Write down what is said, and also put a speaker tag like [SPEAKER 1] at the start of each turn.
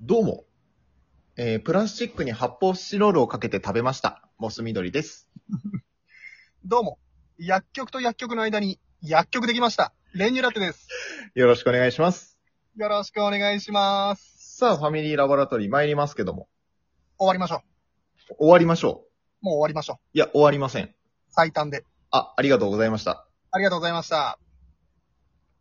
[SPEAKER 1] どうも。えープラスチックに発泡スチロールをかけて食べました。モス緑です。
[SPEAKER 2] どうも、薬局と薬局の間に薬局できました。練乳ラテです。
[SPEAKER 1] よろしくお願いします。
[SPEAKER 2] よろしくお願いします。
[SPEAKER 1] さあ、ファミリーラボラトリー参りますけども。
[SPEAKER 2] 終わりましょ
[SPEAKER 1] 終わりましょ
[SPEAKER 2] う。もう終わりましょう。
[SPEAKER 1] う。いや、終わりません。
[SPEAKER 2] 最短で。
[SPEAKER 1] あ、ありがとうございました。
[SPEAKER 2] ありがとうございました。